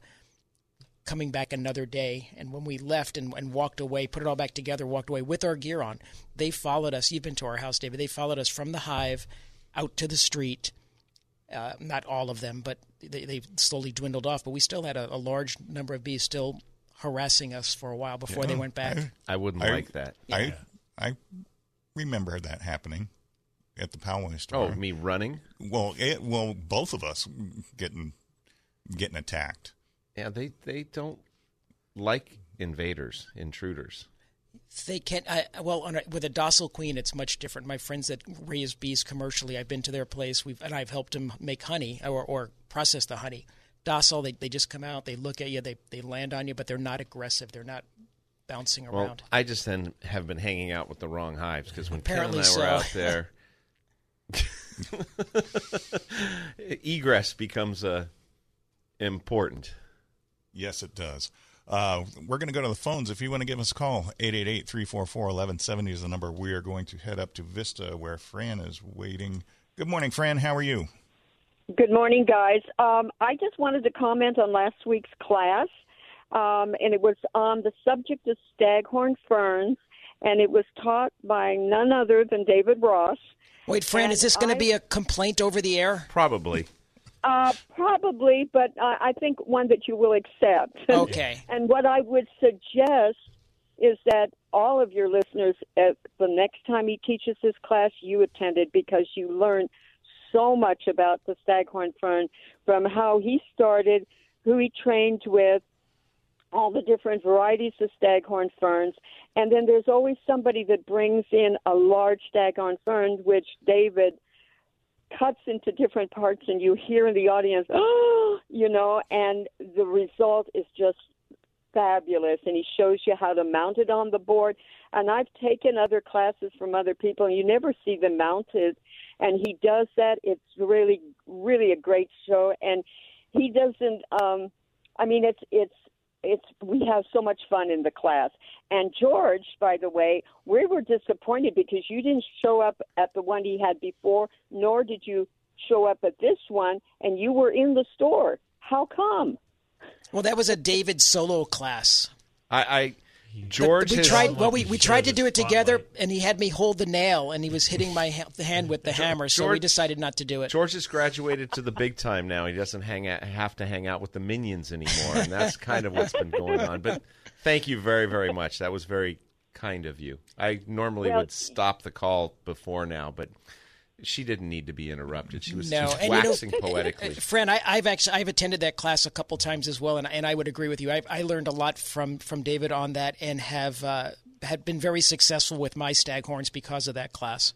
S5: coming back another day and when we left and, and walked away put it all back together walked away with our gear on they followed us even to our house david they followed us from the hive out to the street uh, not all of them, but they, they slowly dwindled off. But we still had a, a large number of bees still harassing us for a while before they went back.
S4: I wouldn't
S2: I-
S4: like that.
S2: I I remember that happening at the Poway
S4: Oh,
S2: store.
S4: me running?
S2: Well, it, well, both of us getting getting attacked.
S4: Yeah, they they don't like invaders, intruders.
S5: They can't. I, well, on a, with a docile queen, it's much different. My friends that raise bees commercially, I've been to their place. We've and I've helped them make honey or, or process the honey. Docile, they, they just come out, they look at you, they they land on you, but they're not aggressive. They're not bouncing
S4: Well,
S5: around.
S4: I just then have been hanging out with the wrong hives because when Ken and I
S5: Apparently
S4: were
S5: so.
S4: out there, egress becomes uh, important.
S2: Yes, it does. Uh, we're going to go to the phones. If you want to give us a call, 888-344-1170 is the number. We are going to head up to Vista where Fran is waiting. Good morning, Fran. How are you?
S7: Good morning, guys. Um, I just wanted to comment on last week's class, um, and it was on the subject of staghorn ferns, and it was taught by none other than David Ross.
S5: Wait, Fran, is
S7: and
S5: this going
S7: I-
S5: to be a complaint over the air?
S4: Probably.
S7: Uh, probably, but uh, I think one that you will accept.
S5: Okay.
S7: and what I would suggest is that all of your listeners, at the next time he teaches this class, you attend it because you learn so much about the staghorn fern from how he started, who he trained with, all the different varieties of staghorn ferns. And then there's always somebody that brings in a large staghorn fern, which David cuts into different parts and you hear in the audience, oh, you know, and the result is just fabulous. And he shows you how to mount it on the board. And I've taken other classes from other people and you never see them mounted. And he does that. It's really, really a great show. And he doesn't, um, I mean, it's, it's, it's we have so much fun in the class. And George, by the way, we were disappointed because you didn't show up at the one he had before, nor did you show up at this one, and you were in the store. How come?
S5: Well, that was a David solo class.
S4: I, I George
S5: we
S4: has-
S5: tried.
S3: like
S5: Well, we,
S3: to
S5: we
S3: share
S5: tried to
S3: the
S5: do it together,
S3: spotlight.
S5: and he had me hold the nail, and he was hitting my ha- the hand with the hammer. So we
S4: George-
S5: decided not to do it.
S4: George has graduated to the big time now. He doesn't hang out, have to hang out with the minions anymore, and that's kind of what's been going on. But thank you very, very much. That was very kind of you. I normally
S7: Well-
S4: would stop the call before now, but she didn't need to be interrupted. She was
S5: No,
S4: just
S5: and you know-
S4: waxing poetically.
S5: Fran, I, I've actually I've attended that class a couple times as well, and and I would agree with you. I I learned a lot from from David on that, and have uh, had been very successful with my staghorns because of that class.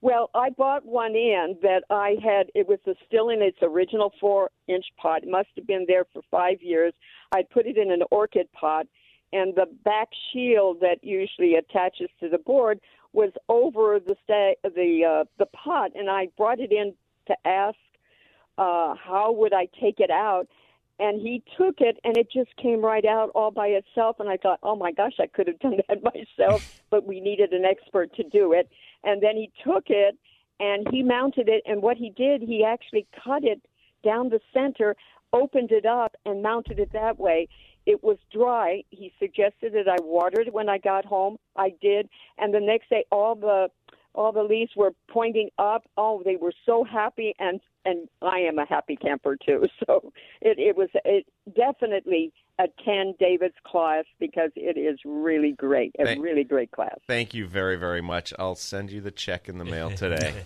S7: Well, I bought one in that I had. It was a, still in its original four-inch pot. It must have been there for five years. I put it in an orchid pot, and the back shield that usually attaches to the board was over the sta- the uh, the pot, and I brought it in to ask uh, how would I take it out. And he took it, and it just came right out all by itself. And I thought, oh my gosh, I could have done that myself, but we needed an expert to do it and then he took it and he mounted it and what he did he actually cut it down the center opened it up and mounted it that way it was dry he suggested that i watered it when i got home i did and the next day all the all the leaves were pointing up. Oh, they were so happy, and and I am a happy camper too. So it it was it definitely attend David's class because it is really great, a
S4: Thank-
S7: really great class.
S4: Thank you very, very much. I'll send you the check in the mail today.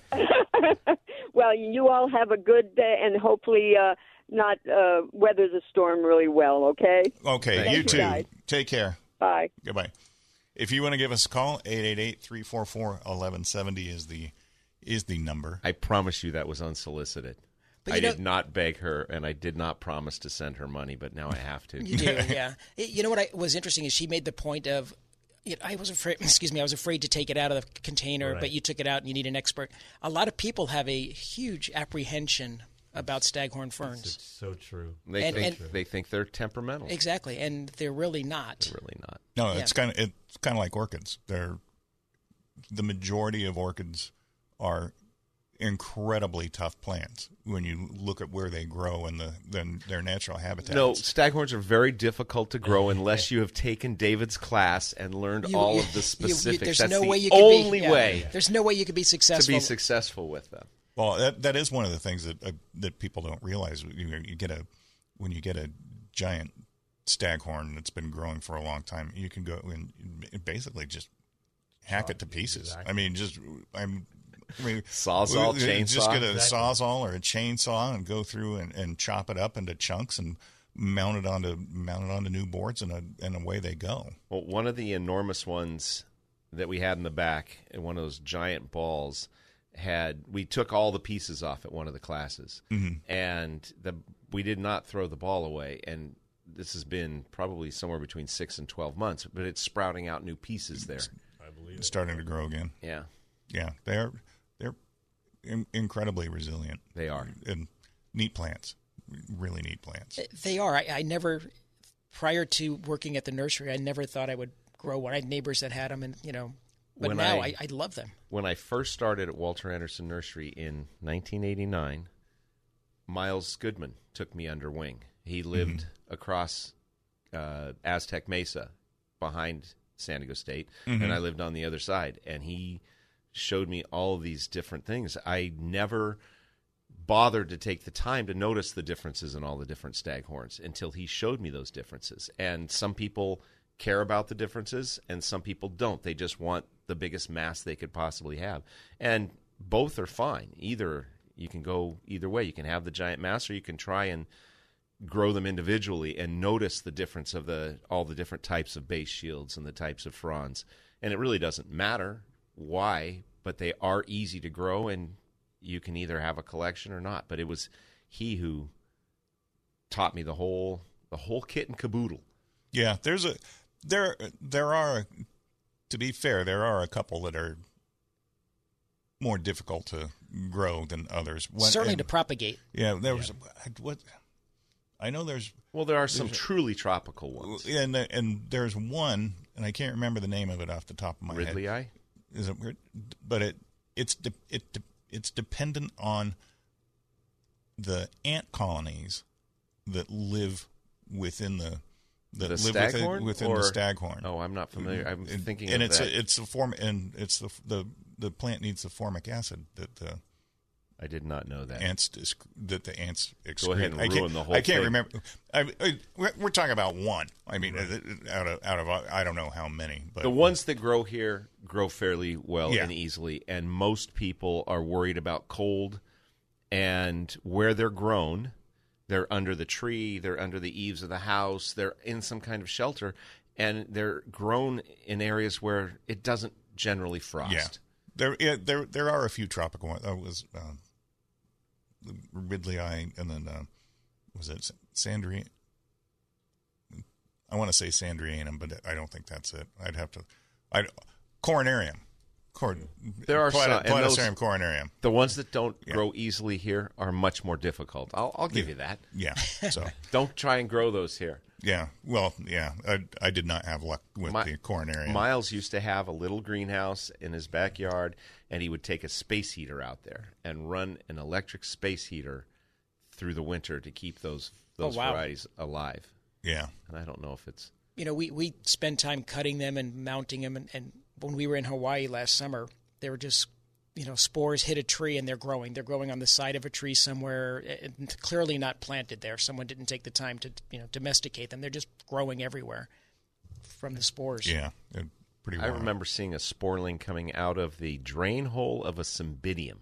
S7: Well, you all have a good day, and hopefully uh, not uh, weather the storm really well. Okay,
S2: Okay,
S4: Thank
S2: you
S7: you,
S2: too.
S7: guys.
S2: Take care.
S7: bye.
S2: Goodbye. If you want to give us a call, 888-344-1170 is the is the number.
S4: I promise you that was unsolicited.
S5: But
S4: I
S5: you know-
S4: did not beg her, and I did not promise to send her money, but now I have to.
S5: You do, yeah. It- You know what I was interesting is she made the point of. you know, I was afraid. Excuse me. I was afraid to take it out of the container, but you took it out, and you need an expert. A lot of people have a huge apprehension about staghorn ferns.
S3: It's so true.
S4: They
S5: And-
S4: think
S5: and-
S4: they think they're temperamental.
S5: Exactly, and they're really not.
S4: They're Really not.
S2: No, it's kind of it's kind of like orchids. They're the majority of orchids are incredibly tough plants when you look at where they grow and the then their natural habitats.
S4: No, staghorns are very difficult to grow unless you have taken David's class and learned
S5: You-
S4: all
S5: you-
S4: of the
S5: you- you-
S4: specifics.
S5: there's
S4: That's
S5: no
S4: the
S5: way you could
S4: only
S5: be, yeah.
S4: way
S5: There's no way you could be
S4: to
S5: successful.
S4: be successful with them.
S2: Well, that that is one of the things that uh, that people don't realize. You, you get a when you get a giant staghorn that's been growing for a long time, you can go and basically just hack it to pieces. I mean, just I'm. I mean,
S4: Sawzall,
S2: we- we- Just
S4: chainsaw.
S2: get a
S3: Exactly.
S2: sawzall or a chainsaw and go through and, and chop it up into chunks and mount it onto mount it onto new boards and a, and away they go.
S4: Well, one of the enormous ones that we had in the back, and one of those giant balls, had we took all the pieces off at one of the classes, and the we did not throw the ball away. And this has been probably somewhere between six and twelve months, but it's sprouting out new pieces there.
S2: It's starting to grow again.
S4: Yeah,
S2: Yeah, they're they're in, incredibly resilient.
S4: they are.
S2: and neat plants, really neat plants.
S5: They are. I, I never, prior to working at the nursery, I never thought I would grow one. I had neighbors that had them, and you know, but
S4: When
S5: now
S4: I-
S5: I, I love them.
S4: When I first started at Walter Anderson Nursery in 1989, Miles Goodman took me under wing. He lived across uh, Aztec Mesa behind San Diego State, and I lived on the other side. And he showed me all these different things. I never bothered to take the time to notice the differences in all the different staghorns until he showed me those differences. And some people care about the differences and some people don't. They just want the biggest mass they could possibly have. And both are fine. Either you can go either way. You can have the giant mass or you can try and grow them individually and notice the difference of the all the different types of base shields and the types of fronds. And it really doesn't matter why, but they are easy to grow and you can either have a collection or not. But it was he who taught me the whole the whole kit and caboodle.
S2: Yeah, there's a there there are to be fair, there are a couple that are more difficult to grow than others. One-
S5: Certainly
S2: and-
S5: to propagate.
S2: yeah, there was what I know there's
S4: Well, there are some truly tropical ones.
S2: and and there's one and I can't remember the name of it off the top of my head.
S4: Ridley eye.
S2: is it weird? But it it's de- it de- it's dependent on the ant colonies that live within the that
S4: The
S2: live
S4: staghorn
S2: within, within
S4: or-
S2: the staghorn.
S4: Oh, I'm not familiar. I'm
S2: And-
S4: thinking
S2: and
S4: of
S2: it's
S4: that.
S2: A, it's the form and it's the the the plant needs the formic acid that the
S4: I did not know that.
S2: ants dis- that the ants excrete.
S4: ahead and
S2: I can't,
S4: ruin the whole
S2: I can't
S4: thing.
S2: remember. I, I, we're- we're talking about one. I mean, uh, out of out of uh, I don't know how many, but
S4: the ones that grow here grow fairly well
S2: Yeah.
S4: and easily, and most people are worried about cold and where they're grown. They're under the tree, they're under the eaves of the house, they're in some kind of shelter, and they're grown in areas where it doesn't generally frost.
S2: Yeah, there yeah, there there are a few tropical ones. That was um, Ridley Eye, and then uh, was it Sandri? I want to say Sandrianum, but I don't think that's it. I'd have to. I Coronarium. Cor-
S4: There are
S2: Plata-
S4: some- and those-
S2: Platycerium coronarium.
S4: The ones that don't
S2: Yeah.
S4: grow easily here are much more difficult. I'll, I'll give you that.
S2: Yeah. So
S4: Don't try and grow those here.
S2: yeah. Well, yeah. I I did not have luck with
S4: Mi-
S2: the coronarium.
S4: Miles used to have a little greenhouse in his backyard, and he would take a space heater out there and run an electric space heater through the winter to keep those those
S5: wow.
S4: varieties alive.
S2: yeah.
S4: And I don't know if it's
S5: you know, we, we spend time cutting them and mounting them. And, and when we were in Hawaii last summer, they were just you know spores hit a tree and they're growing. They're growing on the side of a tree somewhere, eh, and clearly not planted there. Someone didn't take the time to you know domesticate them. They're just growing everywhere from the spores.
S2: Yeah, they're pretty.
S4: I
S2: wild.
S4: remember seeing a sporling coming out of the drain hole of a cymbidium.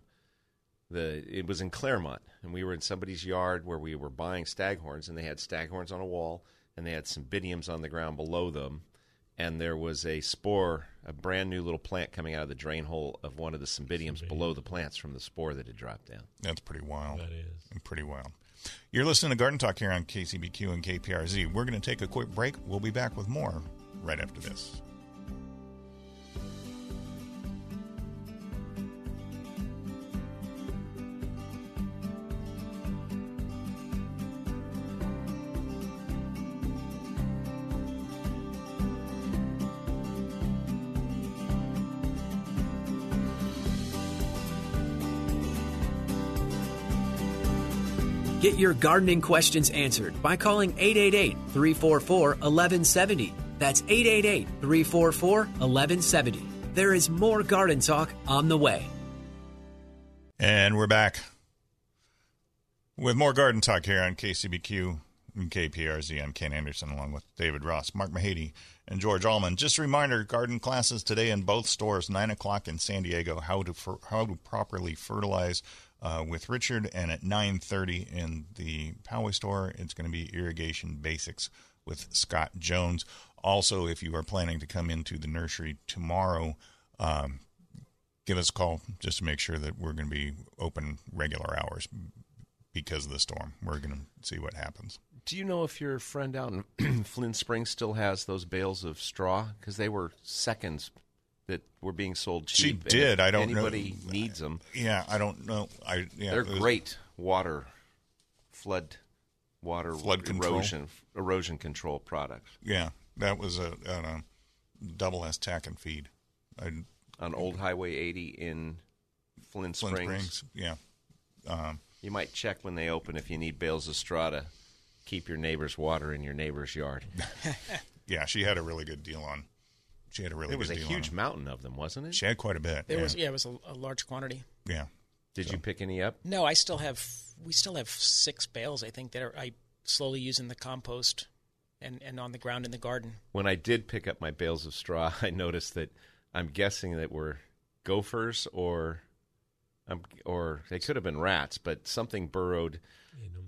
S4: The it was in Claremont, and we were in somebody's yard where we were buying staghorns, and they had staghorns on a wall, and they had cymbidiums on the ground below them, and there was a spore, a brand new little plant coming out of the drain hole of one of the cymbidiums below the plants from the spore that had dropped down.
S2: That's pretty wild.
S3: That is.
S2: Pretty wild. You're listening to Garden Talk here on KCBQ and KPRZ. We're going to take a quick break. We'll be back with more right after this.
S6: Get your gardening questions answered by calling 888 344 1170. That's 888 344 1170. There is more garden talk on the way.
S2: And we're back with more garden talk here on KCBQ and KPRZ. I'm Ken Anderson along with David Ross, Mark Mahady, and George Allman. Just a reminder garden classes today in both stores, 9 o'clock in San Diego, how to, fer- how to properly fertilize. Uh, with Richard, and at 9:30 in the Poway store, it's going to be irrigation basics with Scott Jones. Also, if you are planning to come into the nursery tomorrow, um, give us a call just to make sure that we're going to be open regular hours because of the storm. We're going to see what happens.
S4: Do you know if your friend out in Flynn Springs still has those bales of straw? Because they were seconds that were being sold
S2: She
S4: cheap. and
S2: did.
S4: if
S2: I don't know-
S4: anybody needs them.
S2: Yeah, I don't know. I yeah,
S4: They're
S2: it was-
S4: great water, flood, water
S2: Flood control.
S4: erosion erosion control products
S2: Yeah, that was a, a, a double S tack and feed. Uh, I,
S4: on Old Highway 80 in Flint
S2: Flint
S4: Springs.
S2: Springs. Yeah. Um,
S4: You might check when they open if you need bales of straw to keep your neighbor's water in your neighbor's yard.
S2: yeah, she had a really good deal on. She had a really
S4: There was a
S2: good deal on
S4: huge
S2: them.
S4: mountain of them, wasn't it?
S2: She had quite a bit.
S5: There
S2: yeah.
S5: was yeah, it was a, a large quantity.
S2: yeah.
S4: Did you pick any up?
S5: No, I still have we still have six bales I think that are I slowly use in the compost and and on the ground in the garden.
S4: when I did pick up my bales of straw, I noticed that I'm guessing that were gophers or um, or they could have been rats, but something burrowed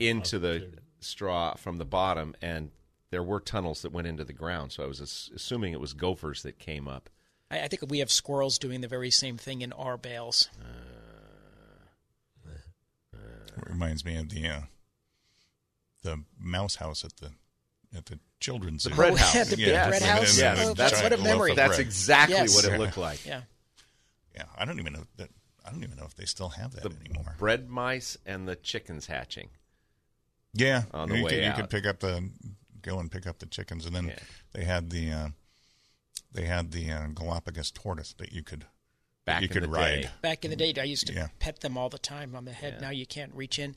S4: into the straw from the bottom, and there were tunnels that went into the ground. So I was as- assuming it was gophers that came up.
S5: I, I think we have squirrels doing the very same thing in our bales.
S2: It reminds me of the uh, the mouse house at the at the children's zoo.
S4: bread
S5: Oh,
S4: house.
S5: yeah, the big
S4: Yes.
S5: bread house.
S4: Yes.
S5: Oh,
S4: That's-
S5: what a
S2: Giant loaf
S5: memory.
S2: of
S4: That's
S2: bread.
S4: exactly
S5: Yes.
S4: what it looked like.
S5: Yeah.
S2: Yeah, I don't even know that. I don't even know if they still have that
S4: The
S2: anymore.
S4: bread mice and the chickens hatching.
S2: yeah,
S4: on the
S2: you
S4: way
S2: could,
S4: out.
S2: you could pick up the go and pick up the chickens, and then
S4: Yeah.
S2: they had the uh, they had the uh, Galapagos tortoise that you could
S4: Back
S2: you
S4: in
S2: could
S4: the
S2: ride.
S4: day.
S5: Back in the day, I used to
S2: Yeah.
S5: pet them all the time on the head.
S4: Yeah.
S5: Now you can't reach in.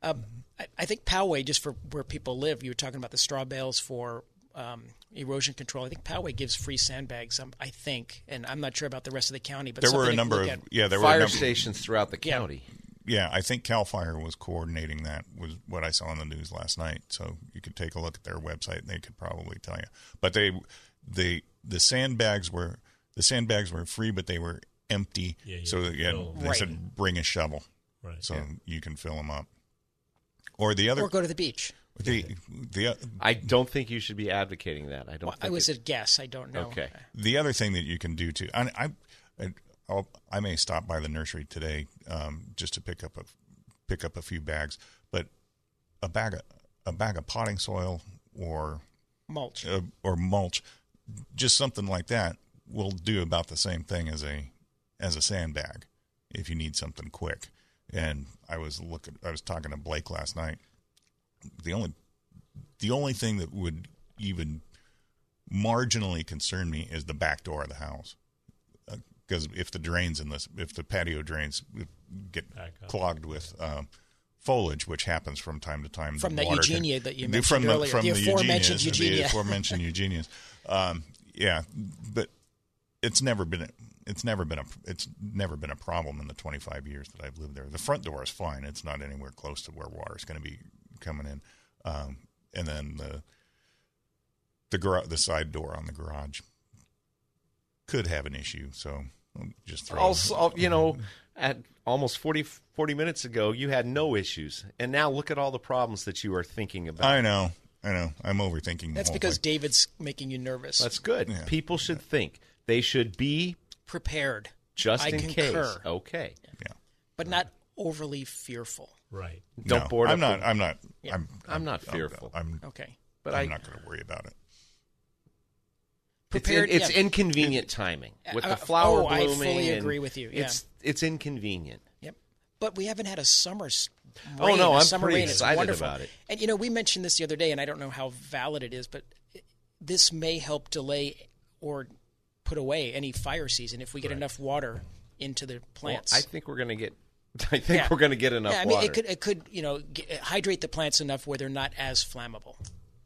S5: Um, I, I think Poway, just for where people live, you were talking about the straw bales for um, erosion control. I think Poway gives free sandbags. Um, I think, and I'm not sure about the rest of the county, but
S2: there were
S5: something
S2: a
S5: to
S2: number of
S5: look at.
S2: yeah there were a
S4: Fire
S2: number,
S4: stations throughout the
S5: Yeah.
S4: county.
S2: yeah I think Cal Fire was coordinating that was what I saw on the news last night. So you could take a look at their website and they could probably tell you. But they they the sandbags were the sandbags were free, but they were empty.
S3: Yeah, you
S2: so
S3: could
S2: yeah,
S3: fill 'em.
S2: they said bring a shovel.
S3: Right.
S2: so you can fill them up. Or the other
S5: or go to the beach.
S2: the the
S4: I don't think you should be advocating that. I don't.
S5: Well,
S4: think
S5: I was
S4: it-
S5: a guess. I don't know.
S4: Okay.
S2: the other thing that you can do too. And I I I'll, I may stop by the nursery today um, just to pick up a pick up a few bags, but a bag of, a bag of potting soil or
S5: Mulch.
S2: uh, or mulch, just something like that will do about the same thing as a as a sandbag if you need something quick. And I was looking, I was talking to Blake last night. The only the only thing that would even marginally concern me is the back door of the house. Because if the drains in this, if the patio drains get
S3: Back up.
S2: clogged with um, foliage, which happens from time to time,
S5: From that
S2: water
S5: Eugenia that you
S2: the-
S5: mentioned
S2: from
S5: earlier,
S2: The, from
S5: the
S2: the,
S5: aforementioned
S2: Eugenias,
S5: Eugenia.
S2: The aforementioned Eugenias. Um, yeah, but it's never been it's never been a it's never been a problem in the 25 years that I've lived there. The front door is fine; it's not anywhere close to where water is going to be coming in. Um, and then the the gar- the side door on the garage could have an issue, so I'll just throw
S4: Also, uh, you know, at almost 40, 40 minutes ago, you had no issues, and now look at all the problems that you are thinking about.
S2: I know, I know, I'm overthinking. the
S5: That's
S2: whole
S5: because
S2: thing.
S5: David's making you nervous.
S4: Oh That's good.
S2: Yeah.
S4: People should think they should be
S5: prepared,
S4: just
S5: I
S4: in
S5: concur.
S4: case. Okay,
S2: yeah.
S5: but not overly fearful.
S3: Right.
S4: don't
S2: No,
S4: board.
S2: I'm
S4: up
S2: not.
S4: the-
S2: I'm not.
S5: Yeah.
S2: I'm,
S4: I'm not fearful.
S2: I'm.
S5: Okay.
S4: but
S2: I'm
S4: I-
S2: not going to worry about it.
S4: It's,
S5: Prepared.
S4: in- it's
S5: yeah.
S4: inconvenient timing with
S5: Uh,
S4: the flower
S5: oh, I
S4: blooming.
S5: fully
S4: and
S5: agree with you, yeah.
S4: It's it's inconvenient.
S5: Yep. But we haven't had a summer. s-
S4: Oh,
S5: rain,
S4: no,
S5: a
S4: I'm
S5: summer
S4: pretty
S5: rain. It's
S4: excited
S5: wonderful.
S4: about it.
S5: And you know, we mentioned this the other day, and I don't know how valid it is, but this may help delay or put away any fire season if we get enough water into the
S4: Well,
S5: plants.
S4: I think we're gonna get. I think
S5: Yeah.
S4: we're gonna get enough
S5: yeah, I mean,
S4: water.
S5: it could it could you know g hydrate the plants enough where they're not as flammable.